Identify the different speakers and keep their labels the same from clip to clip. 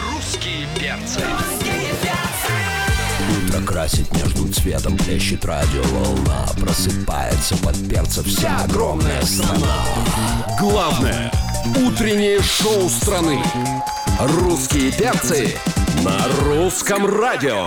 Speaker 1: Русские перцы.
Speaker 2: Утро красит между цветом Плещет радиоволна Просыпается под перца Вся огромная страна
Speaker 3: Главное утреннее шоу страны.
Speaker 2: Русские перцы
Speaker 3: На русском радио.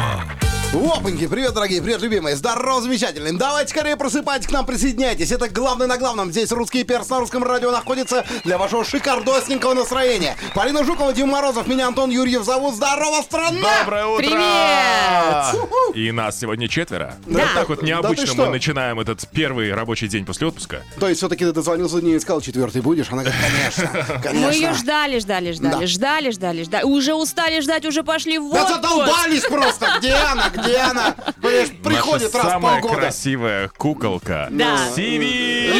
Speaker 4: Опаньки, привет, дорогие, привет, любимые, здорово, замечательные. Давайте скорее просыпайтесь к нам, присоединяйтесь. Это главное на главном. Здесь русский перс на русском радио находится для вашего шикардосненького настроения. Полина Жукова, Дима Морозов, меня Антон Юрьев зовут. Здорово, страна!
Speaker 5: Доброе утро!
Speaker 6: Привет!
Speaker 5: И нас сегодня четверо.
Speaker 4: Да.
Speaker 5: Вот так вот
Speaker 4: Да ты
Speaker 5: необычно
Speaker 4: что?
Speaker 5: мы начинаем этот первый рабочий день после отпуска.
Speaker 4: То есть все-таки ты дозвонился не искал четвертый будешь? Она говорит, конечно, конечно.
Speaker 6: Мы ее ждали, ждали, ждали,
Speaker 4: Да.
Speaker 6: ждали, ждали, ждали. Уже устали ждать, уже пошли в
Speaker 4: Да
Speaker 6: отпуск.
Speaker 4: задолбались просто! Где она? Где она? Понимаешь, приходит
Speaker 5: Наша
Speaker 4: раз в
Speaker 5: самая
Speaker 4: полгода.
Speaker 5: красивая куколка.
Speaker 6: Да.
Speaker 5: Сири!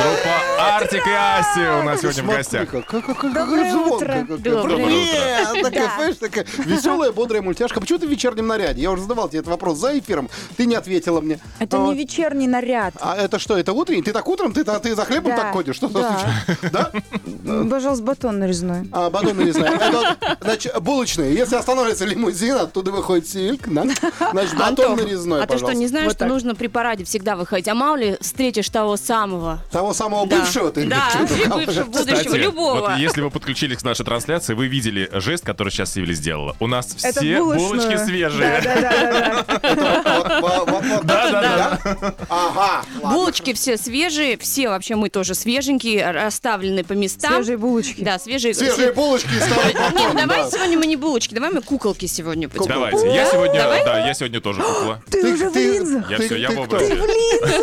Speaker 5: Группа Артик и Асти у нас сегодня в гостях.
Speaker 4: Смотри-ка, как- как- как
Speaker 6: Доброе
Speaker 4: звонко,
Speaker 6: утро.
Speaker 4: как- как-
Speaker 6: Доброе
Speaker 4: Привет! Такая, знаешь, такая веселая, бодрая мультяшка. Почему ты в вечернем наряде? Я уже задавал тебе этот вопрос за эфиром. Ты не ответила мне.
Speaker 7: Это
Speaker 4: А,
Speaker 7: не вечерний наряд.
Speaker 4: А это что, это утренний? Ты так утром, ты, ты за хлебом
Speaker 7: Да,
Speaker 4: так ходишь? Что
Speaker 7: да.
Speaker 4: случилось? Да?
Speaker 7: Ну, Пожалуйста, батон нарезной.
Speaker 4: А, батон не знаю. Это вот, значит, булочные. Если остановится лимузин, оттуда выходит сильк, да? Значит, батон нарезной,
Speaker 6: а ты что,
Speaker 4: пожалуйста.
Speaker 6: не знаешь,
Speaker 4: Вот
Speaker 6: что
Speaker 4: так.
Speaker 6: нужно при параде всегда выходить? А мало ли встретишь того самого?
Speaker 4: Того самого
Speaker 6: Да.
Speaker 4: бывшего Ну, ты
Speaker 6: Да,
Speaker 4: имеешь в виду?
Speaker 6: бывшего, будущего,
Speaker 5: Кстати,
Speaker 6: любого.
Speaker 5: вот если вы подключились к нашей трансляции, вы видели жест, который сейчас Сивили сделала. У нас
Speaker 7: Это
Speaker 5: все булочки свежие.
Speaker 7: Да-да-да.
Speaker 4: Вот, вот, вот, вот.
Speaker 5: Да-да-да.
Speaker 4: Ага.
Speaker 6: Булочки все свежие, все вообще мы тоже свеженькие, расставлены по местам.
Speaker 7: Свежие булочки.
Speaker 6: Да, свежие.
Speaker 4: Свежие булочки из того
Speaker 6: Нет,
Speaker 4: батона,
Speaker 6: давай
Speaker 4: да.
Speaker 6: сегодня мы не булочки, давай мы куколки сегодня потянем.
Speaker 5: Давайте. Я сегодня, да, я сегодня тоже кукла.
Speaker 7: Ты уже в линзах.
Speaker 5: Я
Speaker 4: ты-
Speaker 5: все, я
Speaker 4: ты
Speaker 5: в
Speaker 4: кто?
Speaker 5: образе.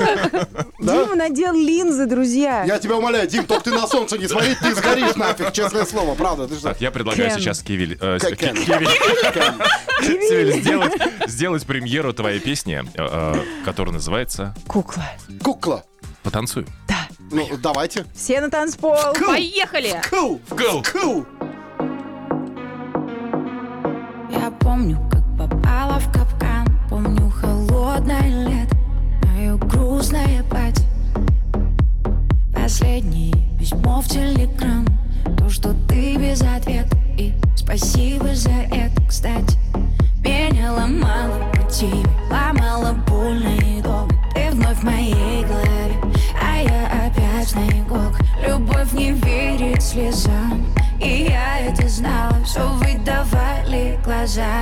Speaker 4: Да?
Speaker 7: Дима надел линзы, друзья.
Speaker 4: Я тебя умоляю, Дим, только ты на солнце не смотри, ты сгоришь нафиг, честное слово, правда. Ты что?
Speaker 5: Так, я предлагаю
Speaker 7: Кен.
Speaker 5: сейчас Кивиль, э,
Speaker 4: Как Кен?
Speaker 5: Ки- Кивиль- Кивиль, сделать, сделать премьеру твоей песни, э, э, которая называется
Speaker 7: Кукла.
Speaker 4: Кукла.
Speaker 5: «Потанцуй».
Speaker 4: Ну, давайте.
Speaker 7: Все на танцпол.
Speaker 6: Поехали!
Speaker 4: Кул.
Speaker 5: Кул.
Speaker 4: Кул.
Speaker 8: Я помню, как попала в капкан Помню холодное лето Мое грустное пати Последнее письмо в телеграм То, что ты без ответа И спасибо за это, кстати Меня ломало по тебе Ломало больно и долго Ты вновь в моей голове А я опять на иголках Любовь не верит слезам И я это знала Все выдавали глаза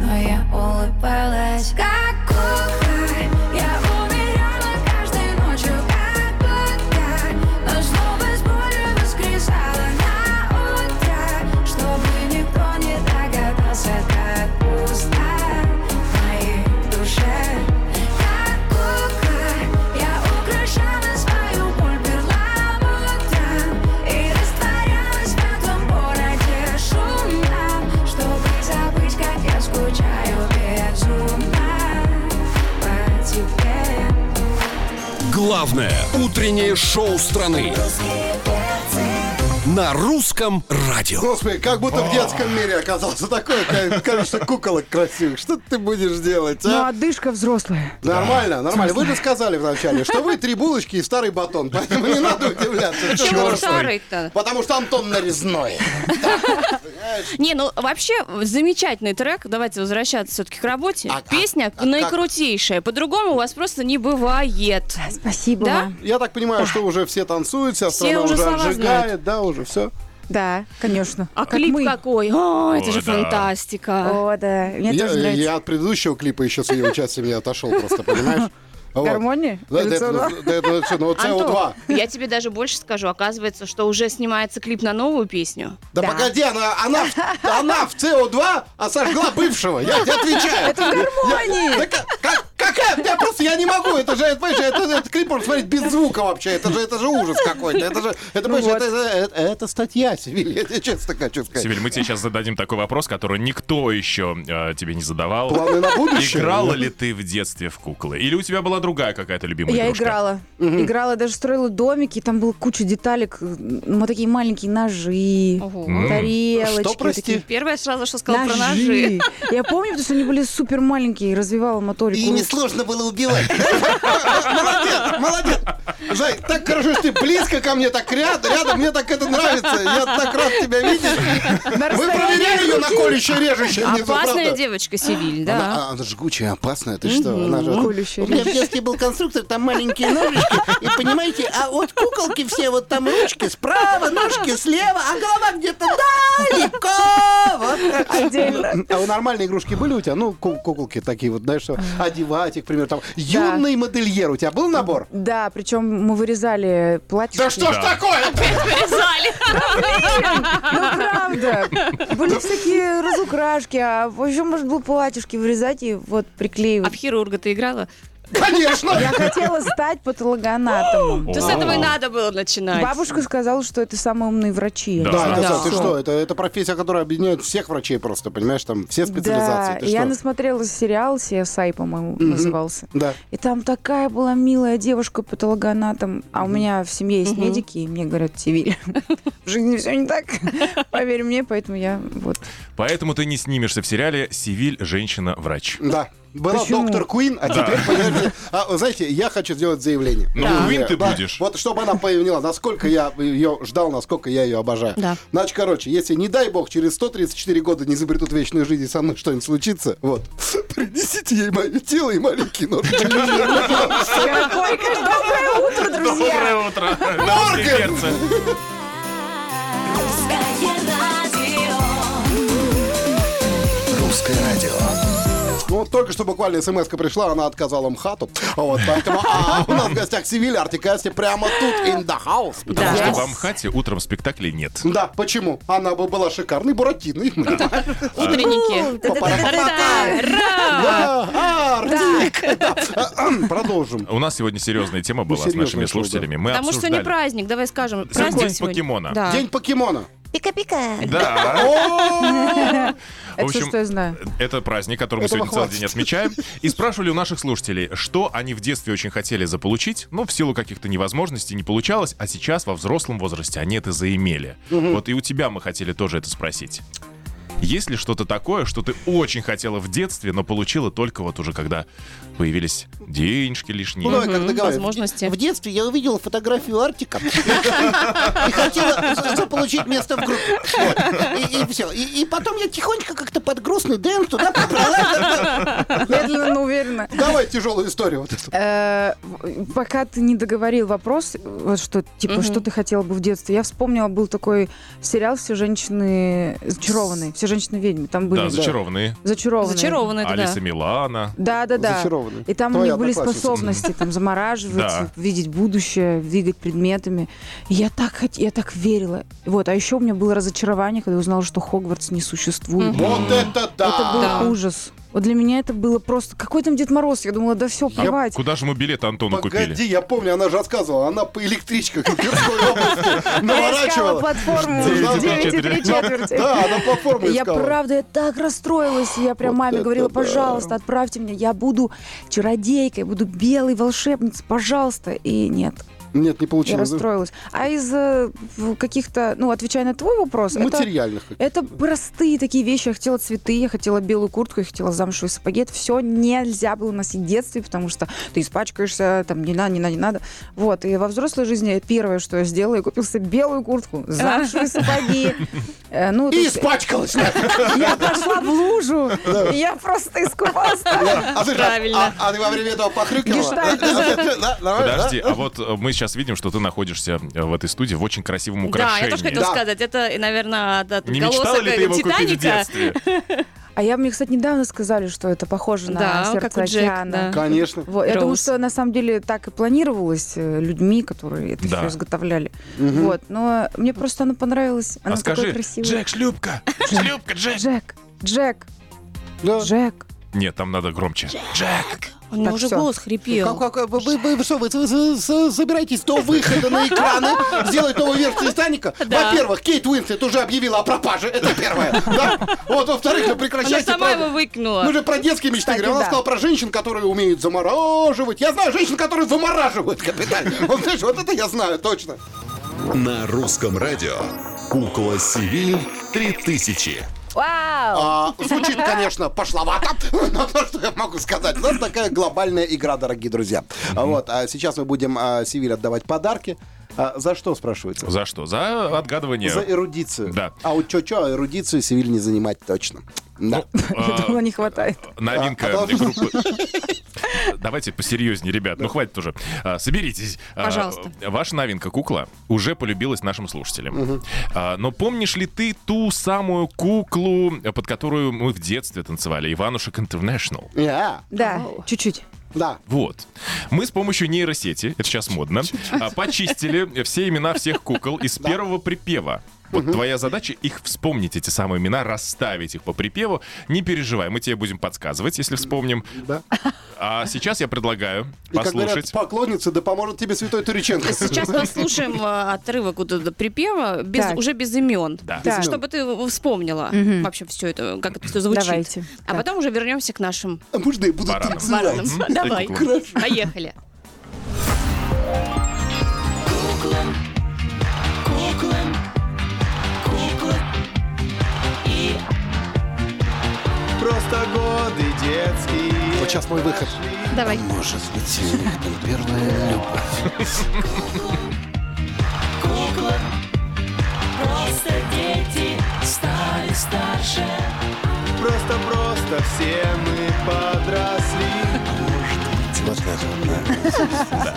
Speaker 8: Но я улыбалась Как кукла Я умирала каждой ночью Как будто Но снова с болью воскресала На утро Чтобы никто не догадался Как пусто в моей душе Как кукла Я украшала свою боль перламутром И растворялась на том городе шумном Чтобы забыть, как я скучаю безумно По тебе
Speaker 3: Главное утреннее шоу страны. На русском радио.
Speaker 4: Господи, как будто в детском мире оказался такое ко- количество куколок красивых. Что ты будешь делать,
Speaker 7: Ну,
Speaker 4: а?
Speaker 7: одышка взрослая.
Speaker 4: Нормально, нормально. Вы же сказали вначале, что вы три булочки и старый батон, поэтому не надо удивляться.
Speaker 6: Почему
Speaker 4: Потому что-
Speaker 6: старый-то?
Speaker 4: Потому что Антон нарезной.
Speaker 6: Не, ну вообще замечательный трек. Давайте возвращаться все-таки к работе.
Speaker 4: А- а-
Speaker 6: Песня
Speaker 4: а
Speaker 6: наикрутейшая. По-другому у вас просто не бывает.
Speaker 7: Спасибо
Speaker 6: Да?
Speaker 7: вам.
Speaker 4: Я так понимаю, что уже все танцуют, вся страна
Speaker 6: уже
Speaker 4: уже
Speaker 6: слова знают.
Speaker 4: отжигает, да, уже все.
Speaker 7: Да, конечно.
Speaker 6: А клип
Speaker 7: мы.
Speaker 6: какой? О, это
Speaker 5: О,
Speaker 6: же
Speaker 5: да.
Speaker 6: фантастика.
Speaker 7: О, да. Мне
Speaker 4: Я,
Speaker 7: тоже нравится.
Speaker 4: я от предыдущего клипа еще с ее участием я отошел просто, понимаешь? Вот.
Speaker 7: Гармония?
Speaker 4: Да, да,
Speaker 7: Лицо,
Speaker 4: это,
Speaker 7: да?
Speaker 4: да, это вообще, ну, CO2.
Speaker 6: Антон, я тебе даже больше скажу. Оказывается, что уже снимается клип на новую песню.
Speaker 4: Да, погоди, она, она, в- она в CO2 а сожгла бывшего. Я тебе отвечаю.
Speaker 7: Это в гармонии.
Speaker 4: Да ка- как- какая? Я просто я не могу. Это же, это, понимаешь, это- этот клип можно смотреть без звука вообще. Это же, это же ужас какой-то. Это же, это,
Speaker 7: Ну
Speaker 4: понимаешь, это, это- это статья, Севиль. Я тебе честно хочу сказать.
Speaker 5: Сивиль, мы тебе сейчас зададим такой вопрос, который никто еще э, тебе не задавал.
Speaker 4: Планы на будущее?
Speaker 5: Играла ли ты в детстве в куклы? Или у тебя была другая какая-то любимая
Speaker 7: Я
Speaker 5: игрушка?
Speaker 7: играла. Играла, даже строила домики, там было куча деталек. Ну, такие маленькие ножи,
Speaker 6: Ого.
Speaker 7: тарелочки.
Speaker 4: Что,
Speaker 7: вот
Speaker 4: прости?
Speaker 7: такие.
Speaker 6: Первое сразу что сказал про
Speaker 7: Ножи. ну,
Speaker 6: ножи.
Speaker 7: Я помню, потому что они были супер маленькие, развивала моторику.
Speaker 4: И не
Speaker 7: руки.
Speaker 4: сложно было убивать. Молодец, молодец. Жай, так хорошо, что ты близко ко мне, так ряд- рядом, мне так это нравится. Я так рад тебя видеть. Вы проверяли ее на колюще режущее внизу,
Speaker 6: Опасная
Speaker 4: правда?
Speaker 6: девочка Сибиль,
Speaker 4: Она,
Speaker 6: да.
Speaker 4: а, она жгучая, опасная, ты что? Она же...
Speaker 7: Колющая
Speaker 1: У меня в детстве был конструктор, там маленькие ножички, и понимаете, а вот куколки все, вот там ручки справа, ножки слева, а голова где-то далеко. Вот.
Speaker 7: Отдельно.
Speaker 4: А у нормальные игрушки были у тебя? Ну, ку- куколки такие вот, знаешь, что одевать их, к примеру, там. Юный модельер, у тебя был набор?
Speaker 7: Да, причем мы вырезали платье.
Speaker 4: ж такое?
Speaker 6: Вырезали.
Speaker 7: Ну, правда. Были всякие разукрашки, а еще можно было платьишки вырезать и вот
Speaker 6: А в
Speaker 7: приклеивать.
Speaker 6: хирурга ты играла?
Speaker 4: Конечно!
Speaker 7: Я хотела стать патологоанатомом.
Speaker 6: То с этого и надо было начинать.
Speaker 7: Бабушка сказала, что это самые умные врачи.
Speaker 5: Да.
Speaker 4: Да, она
Speaker 6: Да.
Speaker 4: сказала, ты
Speaker 7: Всё.
Speaker 4: что, это, это профессия, которая объединяет всех врачей просто, понимаешь, там все специализации.
Speaker 7: Да,
Speaker 4: ты
Speaker 7: я
Speaker 4: что?
Speaker 7: насмотрелась сериал CSI, по-моему, назывался.
Speaker 4: Да.
Speaker 7: И там такая была милая девушка патологоанатом. А у меня в семье есть медики, и мне говорят, Тивиль, в жизни все не так, поверь мне, поэтому я вот.
Speaker 5: Поэтому ты не снимешься в сериале «Сивиль. Женщина-врач».
Speaker 4: Да. Была
Speaker 7: Почему?
Speaker 4: доктор Куин, а теперь, понимаете, а, вы знаете, я хочу сделать заявление.
Speaker 5: Ну,
Speaker 4: Да.
Speaker 5: Куин ты
Speaker 4: Да.
Speaker 5: будешь.
Speaker 4: Вот, чтобы она поняла, насколько я ее ждал, насколько я ее обожаю.
Speaker 6: Да.
Speaker 4: Значит, короче, если, не дай бог, через 134 года не изобретут вечную жизнь и со мной что-нибудь случится, вот, принесите ей мое тело и маленький ножичек.
Speaker 7: Ой, как доброе утро, друзья!
Speaker 5: Доброе утро! На все
Speaker 4: Морген!
Speaker 5: сердце.
Speaker 8: Русское радио.
Speaker 2: Русское радио.
Speaker 4: Ну, вот только что буквально смс пришла, она отказала МХАТу. Вот, поэтому а, у нас в гостях Сивиль, Артикасти прямо тут, in the house.
Speaker 5: Потому что
Speaker 6: Да.
Speaker 5: в Амхате утром спектаклей нет.
Speaker 4: Да, почему? Она бы была шикарной буратиной.
Speaker 6: Утренники. Ра!
Speaker 4: Да, Артик! Да. А, Продолжим.
Speaker 5: У нас сегодня серьезная тема была с
Speaker 4: серьезная
Speaker 5: нашими
Speaker 4: тема,
Speaker 5: слушателями. Мы
Speaker 6: Потому что
Speaker 5: обсуждали.
Speaker 6: не праздник, давай скажем.
Speaker 5: Сегодня
Speaker 6: Праздник
Speaker 5: день
Speaker 6: сегодня.
Speaker 5: покемона.
Speaker 7: А.
Speaker 6: Да.
Speaker 4: День покемона.
Speaker 1: Пика-пика.
Speaker 5: Да. В
Speaker 7: Это все,
Speaker 5: общем,
Speaker 7: что я знаю.
Speaker 5: это праздник, который мы
Speaker 4: Этого
Speaker 5: сегодня целый
Speaker 4: хватит.
Speaker 5: день отмечаем. И спрашивали у наших слушателей, что они в детстве очень хотели заполучить, но в силу каких-то невозможностей не получалось, а сейчас во взрослом возрасте они это заимели. Вот и у тебя мы хотели тоже это спросить. Есть ли что-то такое, что ты очень хотела в детстве, но получила только вот уже когда появились денежки лишние?
Speaker 4: Ну, как ты говоришь.
Speaker 6: Возможности.
Speaker 1: В детстве я увидела фотографию Артика и хотела за- заполучить место в группе. Вот. И, все. И, и потом я тихонько как-то под грустный дэнс туда пробралась.
Speaker 7: Медленно, но уверенно.
Speaker 4: Давай тяжелую историю вот эту.
Speaker 7: Э, в- Пока ты не договорил вопрос, вот что, типа, что ты хотела бы в детстве, я вспомнила, был такой сериал «Все женщины зачарованы», «Все женщины ведьмы», там были
Speaker 5: да, зачарованные.
Speaker 7: зачарованные.
Speaker 6: Зачарованные, Ну, это да.
Speaker 5: Алиса Милана.
Speaker 7: Да, да, да.
Speaker 4: Зачарованные.
Speaker 7: И там у
Speaker 4: Твоя
Speaker 7: них были
Speaker 4: одноклассница.
Speaker 7: способности, там замораживать,
Speaker 5: Да.
Speaker 7: видеть будущее, двигать предметами. И Я так хот- я так верила. Вот, а еще у меня было разочарование, когда я узнала, что Хогвартс не существует.
Speaker 4: Вот это
Speaker 7: Это был
Speaker 4: да!
Speaker 6: Да.
Speaker 7: ужас. Вот для меня это было просто какой там Дед Мороз. Я думала, да все, плевать.
Speaker 5: А Куда же мы билеты Антону купили?
Speaker 4: Погоди, я помню, она же рассказывала, она по электричках в Тверской области
Speaker 7: Я искала
Speaker 4: наворачивала.
Speaker 7: платформу
Speaker 5: Девять и три
Speaker 7: 9 и 3
Speaker 5: четверти.
Speaker 7: четверти.
Speaker 4: Да, она платформу
Speaker 7: Я
Speaker 4: искала.
Speaker 7: правда, я так расстроилась. Я прям
Speaker 4: Вот
Speaker 7: маме
Speaker 4: это
Speaker 7: говорила,
Speaker 4: да.
Speaker 7: пожалуйста, отправьте меня. Я буду чародейкой, буду белой волшебницей, пожалуйста. И нет,
Speaker 4: Нет, не
Speaker 7: я
Speaker 4: получилось.
Speaker 7: расстроилась. А из э, в- каких-то, ну, отвечая на твой вопрос, это,
Speaker 4: Материальных.
Speaker 7: это простые такие вещи. Я хотела цветы, я хотела белую куртку, я хотела замшевые сапоги. Это все нельзя было носить в детстве, потому что ты испачкаешься, там, не надо, не надо, не надо. Вот, и во взрослой жизни первое, что я сделала, я купила себе белую куртку,
Speaker 6: А.
Speaker 7: замшевые сапоги. Э, Ну, то
Speaker 4: И
Speaker 7: есть-
Speaker 4: испачкалась. да.
Speaker 7: я пошла в лужу, и я просто искупалась.
Speaker 4: А ты же-
Speaker 6: Правильно.
Speaker 4: А а ты во время этого похрюкивала?
Speaker 7: Гештальт.
Speaker 4: Да, нормально,
Speaker 5: Подожди, а вот э, мы сейчас видим, что ты находишься э, в этой студии в очень красивом украшении.
Speaker 6: Да, я тоже хотела
Speaker 4: Да.
Speaker 6: сказать, это, наверное, от
Speaker 5: Не мечтала
Speaker 6: отголосок
Speaker 5: ли ты его купить в
Speaker 6: Титаника.
Speaker 5: детстве?
Speaker 7: А я мне, кстати, недавно сказали, что это похоже на
Speaker 6: Да, как
Speaker 7: сердце
Speaker 6: у Джек,
Speaker 7: океана.
Speaker 6: да.
Speaker 4: Конечно.
Speaker 7: Вот, я думаю,
Speaker 6: Роуз.
Speaker 7: что на самом деле так и планировалось э, людьми, которые это
Speaker 5: Да.
Speaker 7: все изготовляли. Вот, но мне просто оно понравилось. Оно
Speaker 5: А
Speaker 7: такое
Speaker 5: скажи,
Speaker 7: красивое.
Speaker 5: Джек, шлюпка! Шлюпка, Джек!
Speaker 7: Джек, Джек,
Speaker 4: Да.
Speaker 7: Джек.
Speaker 5: Нет, там надо громче. Джек!
Speaker 6: У него
Speaker 7: Так,
Speaker 6: уже
Speaker 7: всё. Ну,
Speaker 6: голос хрипел.
Speaker 1: Как- как- Вы вы- вы что, вы вы- вы- вы- забирайтесь
Speaker 4: До выхода на экраны сделать новую версию Титаника.
Speaker 6: Да.
Speaker 4: Во-первых, Кейт Уинслет уже объявила о пропаже. Это первое. Да? Вот, во-вторых, ну
Speaker 6: Она
Speaker 4: прекращайте.
Speaker 6: сама
Speaker 4: правда.
Speaker 6: его выкинула.
Speaker 7: Ну,
Speaker 4: Мы же про детские мечты
Speaker 7: Кстати,
Speaker 4: говорим. Она
Speaker 7: да.
Speaker 4: сказала про женщин, которые умеют замораживать. Я знаю женщин, которые замораживают капитально. Вот знаешь, вот это я знаю точно.
Speaker 3: На русском радио. Кукла Сивиль 3000.
Speaker 6: Вау!
Speaker 4: А, звучит, конечно, пошловато, но то, что я могу сказать, у нас такая глобальная игра, дорогие друзья. А Вот, а сейчас мы будем а, Севиль отдавать подарки. А, за что, спрашивается?
Speaker 5: За что? За отгадывание.
Speaker 4: За эрудицию.
Speaker 5: Да.
Speaker 4: А вот чё-чё, а эрудицию Севиль не занимать точно. Да.
Speaker 5: Ну.
Speaker 7: Я думала, не хватает.
Speaker 5: Новинка
Speaker 4: А, а должен-
Speaker 5: группы. Давайте посерьезнее, ребят. Ну хватит уже. А, Соберитесь. А,
Speaker 6: Пожалуйста.
Speaker 5: Ваша новинка кукла уже полюбилась нашим слушателям. А, Но помнишь ли ты ту самую куклу, под которую мы в детстве танцевали? Иванушек Интернешнл.
Speaker 4: Я,
Speaker 7: Да, чуть-чуть.
Speaker 4: Э, а, Да.
Speaker 5: Вот. Мы с помощью нейросети, это сейчас модно, а, почистили все имена всех кукол из первого припева. Вот твоя задача их вспомнить, эти самые имена, расставить их по припеву. Не переживай, мы тебе будем подсказывать, если вспомним.
Speaker 4: Да.
Speaker 5: А сейчас я предлагаю
Speaker 4: И как говорят,
Speaker 5: послушать.
Speaker 4: поклонницы, да поможет тебе святой Туриченко.
Speaker 6: Сейчас послушаем э, отрывок вот этого припева, без,
Speaker 7: Так.
Speaker 6: уже без имен.
Speaker 5: Да.
Speaker 7: Да.
Speaker 6: Чтобы ты вспомнила вообще все это, как это все звучит.
Speaker 7: Давайте.
Speaker 6: А потом уже вернемся к нашим
Speaker 4: Можно я буду
Speaker 5: Баранов.
Speaker 4: танцевать? Э,
Speaker 6: баранам. Давай. Поехали.
Speaker 9: Просто годы детские.
Speaker 4: Вот сейчас мой выход.
Speaker 6: Давай.
Speaker 1: Может быть, у них там первая любовь.
Speaker 9: Просто-просто все мы подросли.
Speaker 1: Вот это вот, да.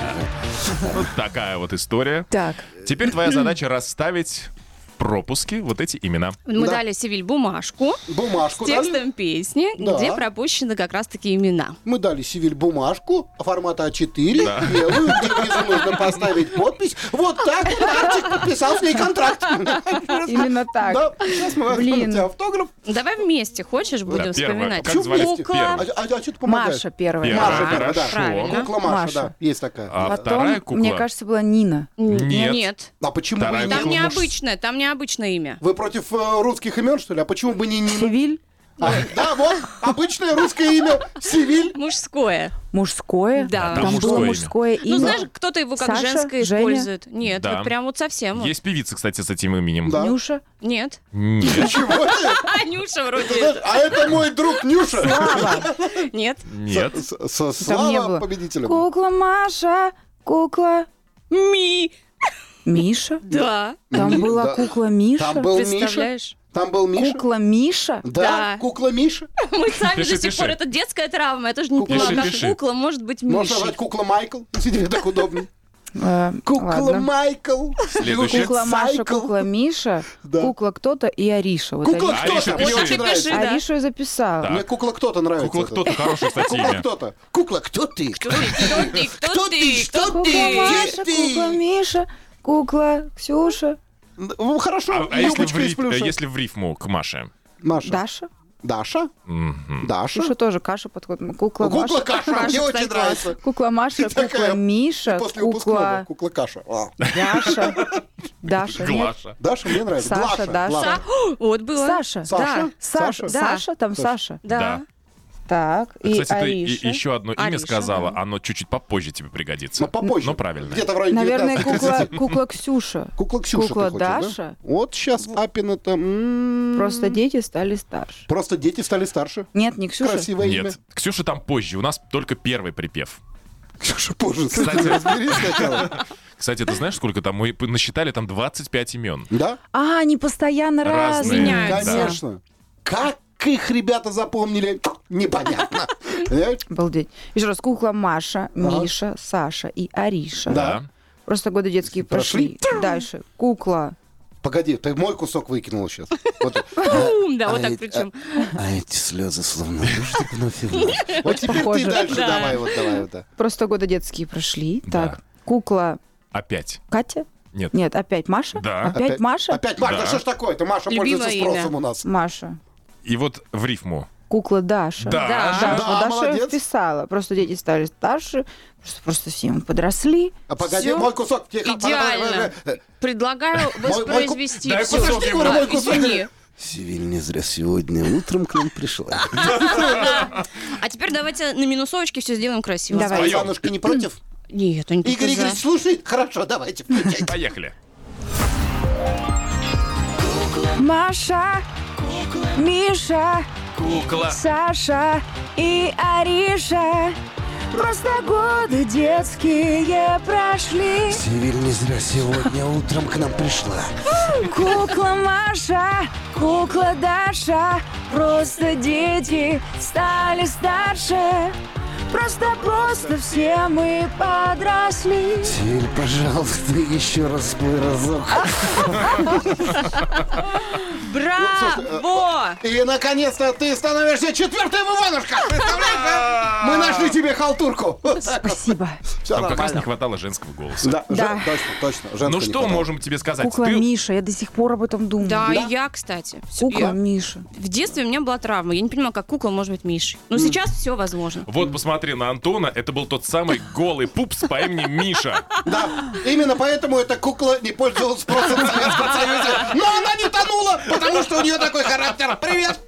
Speaker 5: Вот такая вот история.
Speaker 7: Так,
Speaker 5: Теперь твоя задача расставить в пропуске вот эти имена.
Speaker 6: Мы
Speaker 4: Да.
Speaker 6: дали Севиль бумажку с
Speaker 4: Бумажку дали.
Speaker 6: текстом песни,
Speaker 4: Да.
Speaker 6: где пропущены как раз-таки имена.
Speaker 4: Мы дали Сивиль бумажку формата А4, белую, где внизу нужно поставить подпись. Вот так вот Арчик подписал с ней контракт.
Speaker 7: именно так.
Speaker 4: Да, сейчас мы
Speaker 7: Блин.
Speaker 4: оформим тебе автограф.
Speaker 6: Давай вместе, хочешь, будем
Speaker 5: Да, первая.
Speaker 6: вспоминать.
Speaker 5: Как звали?
Speaker 4: А,
Speaker 5: Первая.
Speaker 4: а, а что ты помогаешь?
Speaker 7: Маша первая.
Speaker 5: Первая.
Speaker 4: Маша первая, да.
Speaker 5: Хорошо.
Speaker 6: Правильно.
Speaker 4: Кукла Маша,
Speaker 7: Маша.
Speaker 4: да, есть такая.
Speaker 5: А вторая
Speaker 7: Потом,
Speaker 5: кукла?
Speaker 7: мне кажется, была Нина.
Speaker 5: Нет.
Speaker 6: Нет.
Speaker 4: А почему
Speaker 5: Вторая
Speaker 4: бы и
Speaker 6: Там
Speaker 5: кукла.
Speaker 4: не...
Speaker 6: необычное, там необычное имя.
Speaker 4: Вы против э, русских имен, что ли? А почему бы не Нина?
Speaker 7: Севиль,
Speaker 4: А, да, вот, обычное русское имя. Сивиль.
Speaker 6: Мужское.
Speaker 7: мужское.
Speaker 6: Да.
Speaker 5: там
Speaker 7: Там было
Speaker 5: мужское
Speaker 7: мужское
Speaker 6: Ну,
Speaker 7: имя.
Speaker 6: знаешь, кто-то его как
Speaker 7: Саша,
Speaker 6: женское
Speaker 7: Женя?
Speaker 6: использует. Нет,
Speaker 5: Да.
Speaker 6: вот прям вот совсем. вот.
Speaker 5: Есть певица, кстати, с этим именем.
Speaker 4: Да.
Speaker 7: Нюша.
Speaker 6: Нет.
Speaker 5: Нет,
Speaker 4: Чего ты?
Speaker 6: Анюша вроде.
Speaker 4: Знаешь, А это мой друг Нюша.
Speaker 6: Нет.
Speaker 5: нет.
Speaker 4: С- с-
Speaker 7: Там не
Speaker 4: Слава
Speaker 7: было.
Speaker 4: победителям.
Speaker 7: Кукла Маша, кукла
Speaker 6: Ми.
Speaker 7: Миша.
Speaker 6: Да.
Speaker 7: Там
Speaker 4: Ми-
Speaker 7: была
Speaker 4: да.
Speaker 7: кукла Миша.
Speaker 4: Там был Миша.
Speaker 6: Представляешь?
Speaker 4: Там был Миша.
Speaker 7: Кукла Миша.
Speaker 4: Да,
Speaker 6: Да.
Speaker 4: кукла Миша.
Speaker 6: Мы сами
Speaker 5: Пиши,
Speaker 6: до сих
Speaker 5: пиши.
Speaker 6: пор. Это детская травма. Это же не
Speaker 4: Пиши,
Speaker 6: была как
Speaker 5: пиши.
Speaker 6: кукла, может быть,
Speaker 4: Можно
Speaker 6: Миша.
Speaker 4: назвать кукла Майкл. Тебе так удобнее.
Speaker 7: Э,
Speaker 4: Кукла
Speaker 7: ладно.
Speaker 4: Майкл.
Speaker 5: Следующая.
Speaker 7: Кукла Маша,
Speaker 4: Сайкл.
Speaker 7: кукла Миша,
Speaker 4: Да.
Speaker 7: кукла кто-то и Ариша. Вот
Speaker 4: Кукла
Speaker 7: Ари-
Speaker 5: Ариша,
Speaker 4: кто-то.
Speaker 5: пиши.
Speaker 4: Мне
Speaker 5: Ты
Speaker 4: очень
Speaker 6: пиши.
Speaker 4: нравится.
Speaker 6: Да.
Speaker 7: Аришу я записала.
Speaker 4: Мне кукла кто-то нравится.
Speaker 5: Кукла кто-то хорошее, кстати,
Speaker 4: Кукла
Speaker 5: имя.
Speaker 4: кто-то.
Speaker 1: Кукла, кто ты?
Speaker 6: Кто ты? Кто ты? Кто ты?
Speaker 1: Что
Speaker 7: Кукла Маша, кукла Миша, кукла Ксюша,
Speaker 4: Ну,
Speaker 5: А,
Speaker 4: хорошо.
Speaker 5: а если, в
Speaker 4: юбочка из
Speaker 5: риф-
Speaker 4: плюша.
Speaker 5: а если в рифму к Маше?
Speaker 4: Маша.
Speaker 7: Даша.
Speaker 4: Даша.
Speaker 5: Мгм.
Speaker 4: Даша.
Speaker 7: Ксюша тоже каша подходит. Кукла
Speaker 4: Кукла
Speaker 7: Маша.
Speaker 4: Каша. Мне очень нравится.
Speaker 7: Кукла Маша,
Speaker 4: Ты такая
Speaker 7: кукла Миша,
Speaker 4: После выпускного.
Speaker 7: кукла
Speaker 4: Кукла Каша. А.
Speaker 7: Даша. Даша. нет?
Speaker 5: Глаша.
Speaker 4: Даша мне нравится.
Speaker 7: Саша,
Speaker 4: Глаша.
Speaker 7: Даша.
Speaker 4: Глаша.
Speaker 6: А, Вот было.
Speaker 7: Саша.
Speaker 4: Саша?
Speaker 7: Да. Саша.
Speaker 4: Саша?
Speaker 7: Саша, там Саша.
Speaker 6: Да.
Speaker 7: Так, и
Speaker 5: Кстати, ты и-
Speaker 7: Ариша.
Speaker 5: еще одно имя
Speaker 6: Ариша,
Speaker 5: сказала, оно чуть-чуть попозже тебе пригодится.
Speaker 4: Но попозже.
Speaker 5: Ну, правильно.
Speaker 4: Где-то в районе
Speaker 7: Наверное,
Speaker 4: 19.
Speaker 7: кукла, кукла Ксюша.
Speaker 4: Кукла Ксюша ты
Speaker 7: Кукла
Speaker 4: хочешь, да?
Speaker 7: Даша.
Speaker 4: Вот м-м, сейчас Апина там...
Speaker 7: Просто дети стали старше.
Speaker 4: Просто дети стали старше.
Speaker 7: Нет, не Ксюша.
Speaker 4: Красивое имя.
Speaker 5: Нет, Ксюша там позже, у нас только первый припев.
Speaker 4: Ксюша позже.
Speaker 5: Кстати.
Speaker 4: разберись сначала.
Speaker 5: Кстати, ты знаешь, сколько там? Мы насчитали там 25 имен.
Speaker 4: Да?
Speaker 7: А, они постоянно
Speaker 5: Разные.
Speaker 7: разные.
Speaker 6: Меняются.
Speaker 4: Конечно. Как их ребята запомнили, непонятно. Понимаешь?
Speaker 7: Обалдеть. Еще раз, кукла Маша, Миша, Саша и Ариша.
Speaker 4: Да.
Speaker 7: Просто годы детские прошли.
Speaker 4: Прошли.
Speaker 7: Дальше. Кукла.
Speaker 4: Погоди, ты мой кусок выкинула сейчас. Вот.
Speaker 6: Бум, да, вот
Speaker 1: А
Speaker 6: так
Speaker 1: ведь,
Speaker 4: э,
Speaker 6: причем.
Speaker 1: А эти слезы словно дождь вновь и вновь.
Speaker 4: Вот теперь ты
Speaker 7: Похоже.
Speaker 4: дальше
Speaker 6: Да.
Speaker 4: давай, вот давай. вот, да.
Speaker 7: Просто годы детские прошли.
Speaker 5: Да.
Speaker 7: Так. Кукла
Speaker 5: Опять.
Speaker 7: Катя.
Speaker 5: Нет.
Speaker 7: Нет, опять Маша.
Speaker 5: Да.
Speaker 7: Опять, Маша.
Speaker 4: Опять Маша,
Speaker 5: Да.
Speaker 4: да что ж такое-то? Маша
Speaker 6: Любимое
Speaker 4: пользуется спросом
Speaker 6: имя.
Speaker 4: у нас.
Speaker 7: Маша.
Speaker 5: И вот в рифму.
Speaker 7: Кукла Даша.
Speaker 5: Да.
Speaker 7: Даша,
Speaker 4: Да,
Speaker 7: Даша
Speaker 4: молодец.
Speaker 7: я вписала. Просто дети стали старше. Просто, просто все мы подросли.
Speaker 4: А погоди,
Speaker 6: Всё.
Speaker 4: мой кусок. тихо,
Speaker 6: Идеально.
Speaker 4: пора-
Speaker 6: Предлагаю
Speaker 4: мой ку-
Speaker 6: воспроизвести.
Speaker 5: Дай
Speaker 6: всё,
Speaker 5: кусок
Speaker 6: что-
Speaker 5: ему.
Speaker 6: Да,
Speaker 4: Мой кусок.
Speaker 6: извини.
Speaker 1: Севиль не зря сегодня утром к нам пришла.
Speaker 6: А теперь давайте на минусовочке все сделаем красиво.
Speaker 7: Давай.
Speaker 4: А
Speaker 5: Споем.
Speaker 4: Иванушка не против?
Speaker 6: Нет, они
Speaker 4: Игорь
Speaker 6: только за.
Speaker 4: Игоревич слушает? Хорошо, давайте, включайте.
Speaker 5: Поехали.
Speaker 7: Маша, Миша,
Speaker 3: Кукла.
Speaker 7: Саша и Ариша. Просто годы детские прошли.
Speaker 4: Севиль не зря сегодня утром к нам пришла.
Speaker 7: Кукла Маша, кукла Даша. Просто дети стали старше. Просто, просто все мы подросли.
Speaker 4: Севиль, пожалуйста, еще раз свой разок.
Speaker 6: Браво!
Speaker 4: И, наконец-то, ты становишься четвертым Иванушка! Представляешь, да? Мы нашли тебе халтурку.
Speaker 7: Спасибо.
Speaker 4: Все
Speaker 5: Там Ну, как раз не
Speaker 4: нормально.
Speaker 5: хватало женского голоса.
Speaker 4: Да,
Speaker 7: Да.
Speaker 4: Жен- точно, точно.
Speaker 5: Ну
Speaker 4: женского не
Speaker 5: что
Speaker 4: хватало.
Speaker 5: можем тебе сказать?
Speaker 7: Кукла
Speaker 5: Ты-
Speaker 7: Миша, я до сих пор об этом думаю.
Speaker 6: Да, и я, кстати. Всё,
Speaker 7: Кукла
Speaker 6: я-
Speaker 7: Миша.
Speaker 6: В детстве у меня была травма. Я не понимала, как кукла может быть Мишей. Но сейчас все возможно.
Speaker 5: Вот посмотри на Антона, это был тот самый голый пупс по имени Миша.
Speaker 4: Да, именно поэтому эта кукла не пользовалась спросом в Советском Союзе. Но она не тонула, потому что у нее такой характер. Привет!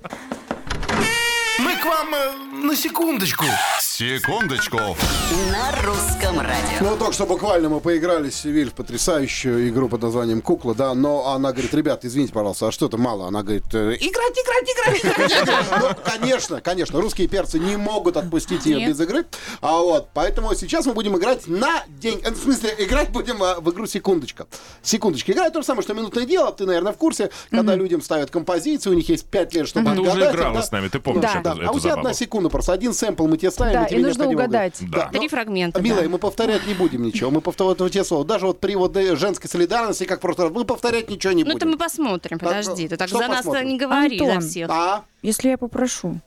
Speaker 10: Мы к вам э, на секундочку. Секундочку.
Speaker 11: На русском радио.
Speaker 4: Ну, только что буквально мы поиграли с Севиль в потрясающую игру под названием «Кукла», да, но она говорит, ребят, извините, пожалуйста, а что-то мало. Она говорит, «Э, играть, играть, играть, играть. Я говорю, Ну, конечно, конечно, русские перцы не могут отпустить ее
Speaker 6: Нет.
Speaker 4: без игры. А вот, поэтому сейчас мы будем играть на день. э, В смысле, играть будем э, в игру «Секундочка». «Секундочка». Игра то же самое, что «Минутное дело», ты, наверное, в курсе, когда людям ставят композицию, у них есть пять лет, чтобы
Speaker 5: Ты уже
Speaker 4: отгадать,
Speaker 5: играла
Speaker 4: да.
Speaker 5: с нами, ты помнишь
Speaker 7: Да.
Speaker 5: эту-
Speaker 4: Да, а у
Speaker 5: эту
Speaker 4: тебя одна
Speaker 5: забаву.
Speaker 4: секунда просто, один сэмпл мы тебе ставим,
Speaker 7: Да,
Speaker 4: и
Speaker 7: и
Speaker 4: тебе
Speaker 7: нужно
Speaker 4: необходимо угадать.
Speaker 7: угадать.
Speaker 5: Да.
Speaker 6: Три фрагмента.
Speaker 4: А, Милая,
Speaker 6: да.
Speaker 4: мы повторять не будем ничего. Мы повторяем вот те слова. Даже вот приводы женской солидарности, как в прошлый раз, мы повторять ничего не
Speaker 6: Ну это
Speaker 4: будем.
Speaker 6: мы посмотрим,
Speaker 4: Так,
Speaker 6: подожди. Ты так
Speaker 4: что
Speaker 6: за нас
Speaker 4: посмотрим?
Speaker 6: не говори, за
Speaker 7: Антон.
Speaker 6: всех.
Speaker 4: А?
Speaker 7: Если я попрошу.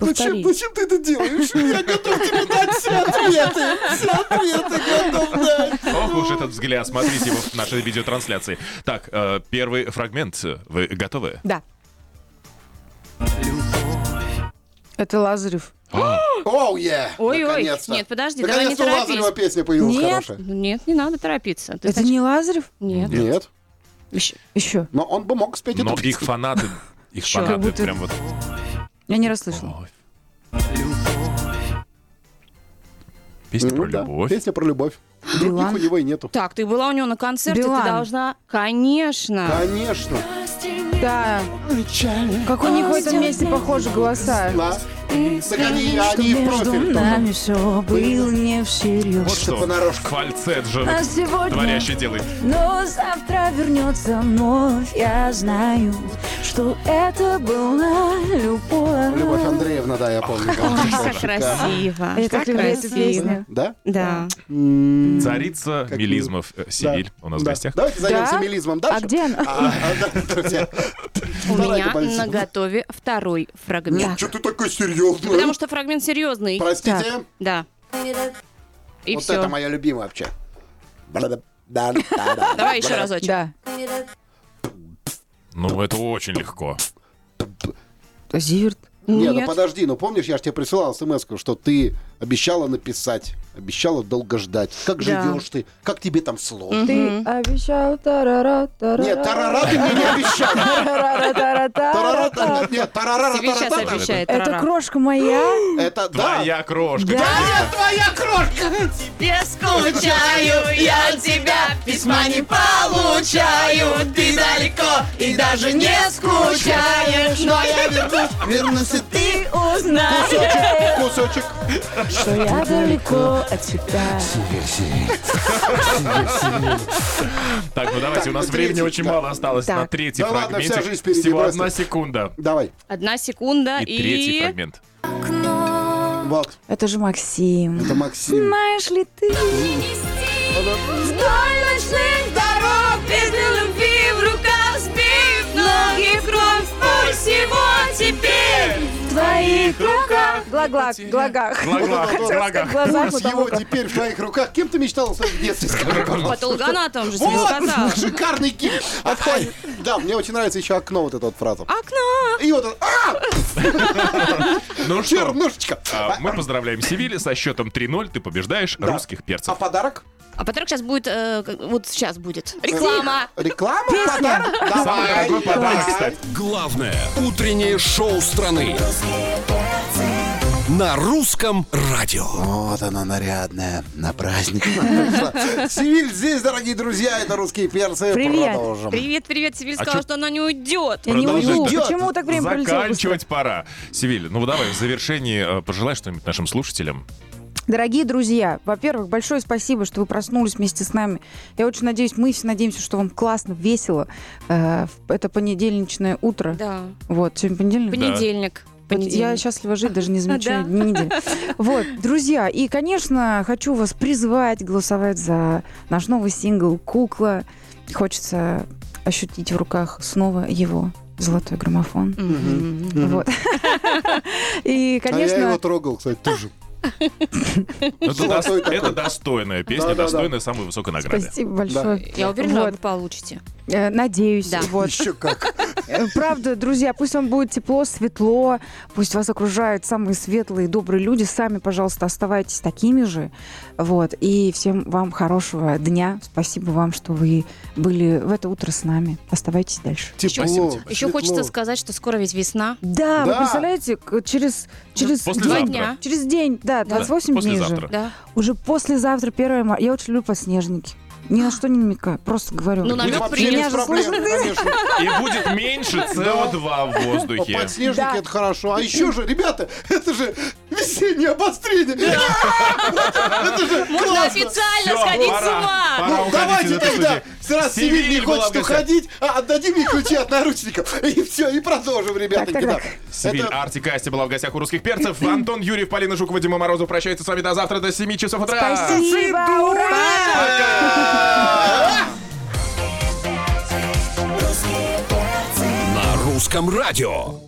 Speaker 4: Зачем,
Speaker 6: Ну
Speaker 7: повторить.
Speaker 4: зачем ты это делаешь? Я готов тебе дать все ответы. Все ответы готов дать.
Speaker 5: Ох уж этот взгляд, смотрите его в нашей видеотрансляции. Так, э, первый фрагмент. Вы готовы?
Speaker 7: Да. Это Лазарев.
Speaker 4: Оу, е!
Speaker 6: Ой-ой,
Speaker 4: Наконец-то.
Speaker 6: нет, подожди, давай не
Speaker 4: Наконец-то у Лазарева
Speaker 6: торопись.
Speaker 4: песня появилась
Speaker 7: Нет.
Speaker 4: хорошая.
Speaker 6: Ну, Нет, не надо торопиться. Ты
Speaker 7: это
Speaker 6: снач-
Speaker 7: не Лазарев?
Speaker 6: Нет.
Speaker 4: Нет.
Speaker 6: Ещё-
Speaker 7: Еще.
Speaker 4: Но он бы мог спеть
Speaker 5: Но
Speaker 4: эту
Speaker 5: их
Speaker 4: песню.
Speaker 5: фанаты... Их
Speaker 6: Чё?
Speaker 5: фанаты
Speaker 7: Как будто-
Speaker 5: прям вот...
Speaker 7: Я не расслышала.
Speaker 5: Песня
Speaker 4: Ну
Speaker 5: про
Speaker 4: да,
Speaker 5: любовь.
Speaker 4: Песня про любовь. Других
Speaker 7: Билан.
Speaker 4: у него и нету.
Speaker 6: Так, ты была у него на концерте,
Speaker 7: Билан.
Speaker 6: ты должна... Конечно.
Speaker 4: Конечно.
Speaker 7: Да. Как у них в этом месте похожи голоса.
Speaker 4: Да. Так они, они в профиль.
Speaker 7: все было не
Speaker 5: Вот
Speaker 7: всерьез.
Speaker 5: что,
Speaker 4: что понарошку.
Speaker 5: фальцет же
Speaker 7: А сегодня,
Speaker 5: творящий делает.
Speaker 7: но завтра вернется вновь. Я знаю, что это была
Speaker 4: Любовь
Speaker 7: любовь.
Speaker 4: Андреевна, да, я помню.
Speaker 6: Ой,
Speaker 4: конечно,
Speaker 6: как
Speaker 4: шикарно.
Speaker 6: красиво.
Speaker 7: Я так
Speaker 6: как
Speaker 7: люблю эту
Speaker 6: красиво.
Speaker 7: песню.
Speaker 4: Да?
Speaker 6: Да.
Speaker 5: М-м-м. Царица
Speaker 4: Как
Speaker 5: мелизмов э, Севиль у нас в
Speaker 4: Да.
Speaker 5: гостях.
Speaker 4: Давайте займемся
Speaker 7: Да?
Speaker 4: мелизмом
Speaker 7: А
Speaker 4: дальше.
Speaker 7: где она?
Speaker 4: А, а, да, друзья.
Speaker 6: У
Speaker 4: Вторая
Speaker 6: меня
Speaker 4: композиция.
Speaker 6: на готове второй
Speaker 4: Нет,
Speaker 6: фрагмент.
Speaker 4: что ты такой серьезный?
Speaker 6: Потому что фрагмент серьезный.
Speaker 4: Простите,
Speaker 6: Да. И
Speaker 4: вот
Speaker 6: все.
Speaker 4: это моя любимая вообще. Да-да-да-да.
Speaker 6: Давай еще разочек.
Speaker 7: Да.
Speaker 5: Ну, это очень легко.
Speaker 7: Зиверт.
Speaker 4: Не, ну
Speaker 6: Нет.
Speaker 4: подожди, ну помнишь, я же тебе присылал смс что ты обещала написать, обещала долго ждать. Как живешь ты? Как тебе там сложно?
Speaker 7: Ты обещал тарара тарара.
Speaker 4: Нет, тарара ты мне не обещала.
Speaker 7: тарара тарара
Speaker 4: Тарара,
Speaker 7: тарара.
Speaker 4: та- нет, тарара,
Speaker 6: Тебе
Speaker 4: тарара,
Speaker 6: сейчас
Speaker 4: тарара.
Speaker 6: обещает.
Speaker 7: Это
Speaker 6: Рара.
Speaker 7: крошка моя.
Speaker 4: Это да.
Speaker 5: Твоя крошка.
Speaker 7: Да.
Speaker 4: Твоя крошка!
Speaker 6: Я скучаю, я от тебя письма не получаю. Ты далеко и даже не скучаешь, но я
Speaker 4: Вернулся
Speaker 7: Ты узнаешь,
Speaker 4: кусочек.
Speaker 7: что я далеко от тебя.
Speaker 5: Так, ну давайте, у нас
Speaker 4: ну,
Speaker 5: времени
Speaker 4: третий,
Speaker 5: очень
Speaker 4: да.
Speaker 5: мало осталось на
Speaker 7: Так.
Speaker 5: третий
Speaker 4: Да ладно, вся
Speaker 5: фрагментик.
Speaker 4: жизнь впереди,
Speaker 5: Всего
Speaker 4: бросьте.
Speaker 5: одна секунда.
Speaker 4: Давай.
Speaker 6: Одна секунда
Speaker 5: И третий
Speaker 6: А, и...
Speaker 5: фрагмент.
Speaker 4: Вот,
Speaker 7: Это же Максим.
Speaker 4: это Максим.
Speaker 7: Знаешь ли ты?
Speaker 6: Вдоль ночных дорог без любви в руках сбив Ноги в кровь, пусть всего теперь в твоих руках
Speaker 7: Глаглак, глагах.
Speaker 5: Глаглах,
Speaker 7: Хотела сказать,
Speaker 5: глагах.
Speaker 7: глазах,
Speaker 4: Пульс
Speaker 7: вот там
Speaker 4: его
Speaker 7: вот так.
Speaker 4: теперь в твоих руках. Кем ты мечтал в своем детстве?
Speaker 6: Патолганатом же тебе сказал
Speaker 4: Вот, шикарный гимн. Отходи. Да, мне очень нравится еще окно, вот эта вот фраза.
Speaker 6: А? Окно
Speaker 4: И вот он, а,
Speaker 5: Ну что,
Speaker 4: чернушечка.
Speaker 5: а, мы поздравляем Севиль со счетом 3-0. Ты побеждаешь русских
Speaker 4: А
Speaker 5: перцев.
Speaker 4: подарок?
Speaker 6: А подарок сейчас будет, э, как- вот сейчас будет Реклама
Speaker 4: Реклама? Подарок?
Speaker 5: Самый
Speaker 4: Давай.
Speaker 5: дорогой подарок,
Speaker 4: давай.
Speaker 5: кстати.
Speaker 3: Главное утреннее шоу страны. на русском радио.
Speaker 4: Вот она нарядная, на праздник. Сивиль здесь, дорогие друзья, это русские перцы.
Speaker 7: Привет.
Speaker 4: Продолжим.
Speaker 6: Привет, привет, Сибирь
Speaker 5: А
Speaker 6: сказала,
Speaker 5: чё-
Speaker 6: что она не уйдет.
Speaker 7: Я не
Speaker 5: Продолжай.
Speaker 7: уйду.
Speaker 4: Идёт.
Speaker 7: Почему так время пролетело? быстро?
Speaker 5: Заканчивать пора. Севиль, ну давай в завершении э, пожелай что-нибудь нашим слушателям.
Speaker 7: Дорогие друзья, во-первых, большое спасибо, что вы проснулись вместе с нами. Я очень надеюсь, мы все надеемся, что вам классно, весело. Э, в- Это понедельничное утро.
Speaker 6: Да.
Speaker 7: Вот, сегодня понедельник.
Speaker 6: Понедельник.
Speaker 7: Я
Speaker 6: Понедельник.
Speaker 7: счастлива жить, даже не замечаю
Speaker 6: Да.
Speaker 7: дни недели. Вот, друзья, и, конечно, хочу вас призывать голосовать за наш новый сингл «Кукла». Хочется ощутить в руках снова его золотой граммофон.
Speaker 6: Мгм.
Speaker 7: Вот.
Speaker 4: А
Speaker 7: И,
Speaker 4: я его
Speaker 7: конечно,
Speaker 4: трогал, кстати, тоже.
Speaker 5: Ну, Это, дос-
Speaker 4: Золотой такой.
Speaker 5: это достойная песня,
Speaker 4: Да-да-да.
Speaker 5: достойная самой высокой награды.
Speaker 7: спасибо большое.
Speaker 6: Я уверена,
Speaker 7: Вот.
Speaker 6: вы получите.
Speaker 7: Э, Надеюсь.
Speaker 6: Да.
Speaker 7: Вот.
Speaker 4: Еще как.
Speaker 7: Э, Правда, друзья, пусть вам будет тепло, светло, пусть вас окружают самые светлые, и добрые люди. Сами, пожалуйста, оставайтесь такими же. Вот. И всем вам хорошего дня. Спасибо вам, что вы были в это утро с нами. Оставайтесь дальше.
Speaker 5: Спасибо
Speaker 4: Тепло.
Speaker 5: тебе.
Speaker 6: Еще
Speaker 4: светло.
Speaker 6: хочется сказать, что скоро ведь весна.
Speaker 7: Да,
Speaker 4: Да.
Speaker 7: вы представляете, к- через, через
Speaker 5: Послезавтра.
Speaker 7: день- Через день, да, 28 дней
Speaker 5: послезавтра.
Speaker 7: же.
Speaker 6: Да.
Speaker 7: Уже послезавтра, 1 марта. Я очень люблю подснежники. Ни на что не намекаю, просто говорю.
Speaker 6: Ну, намек
Speaker 4: Вообще
Speaker 6: принят.
Speaker 4: без
Speaker 7: Меня же
Speaker 4: проблем,
Speaker 7: слышно.
Speaker 4: конечно.
Speaker 5: И будет меньше СО2 в воздухе.
Speaker 4: Подснежники
Speaker 7: Да.
Speaker 4: это хорошо. А еще же, ребята, это же весеннее обострение. Это же
Speaker 6: Можно
Speaker 4: классно.
Speaker 6: официально
Speaker 5: Всё,
Speaker 6: сходить с
Speaker 5: пора.
Speaker 6: ума.
Speaker 5: Пора
Speaker 4: Ну,
Speaker 5: уходить из
Speaker 4: давайте
Speaker 5: этой
Speaker 4: тогда,
Speaker 5: студии.
Speaker 4: С раз
Speaker 5: Севиль
Speaker 4: Севиль не
Speaker 5: была в
Speaker 4: хочет
Speaker 5: гостях.
Speaker 4: уходить, а отдадим ей ключи от наручников. И все, и продолжим, ребята.
Speaker 7: Так, так, так.
Speaker 5: Сибирь,
Speaker 4: Это-
Speaker 5: Артика Асти была в гостях у русских перцев. Антон Юрьев, Полина Жукова, Дима Морозов прощается с вами до завтра, до 7 часов утра.
Speaker 7: Спасибо, ура!
Speaker 3: На русском радио.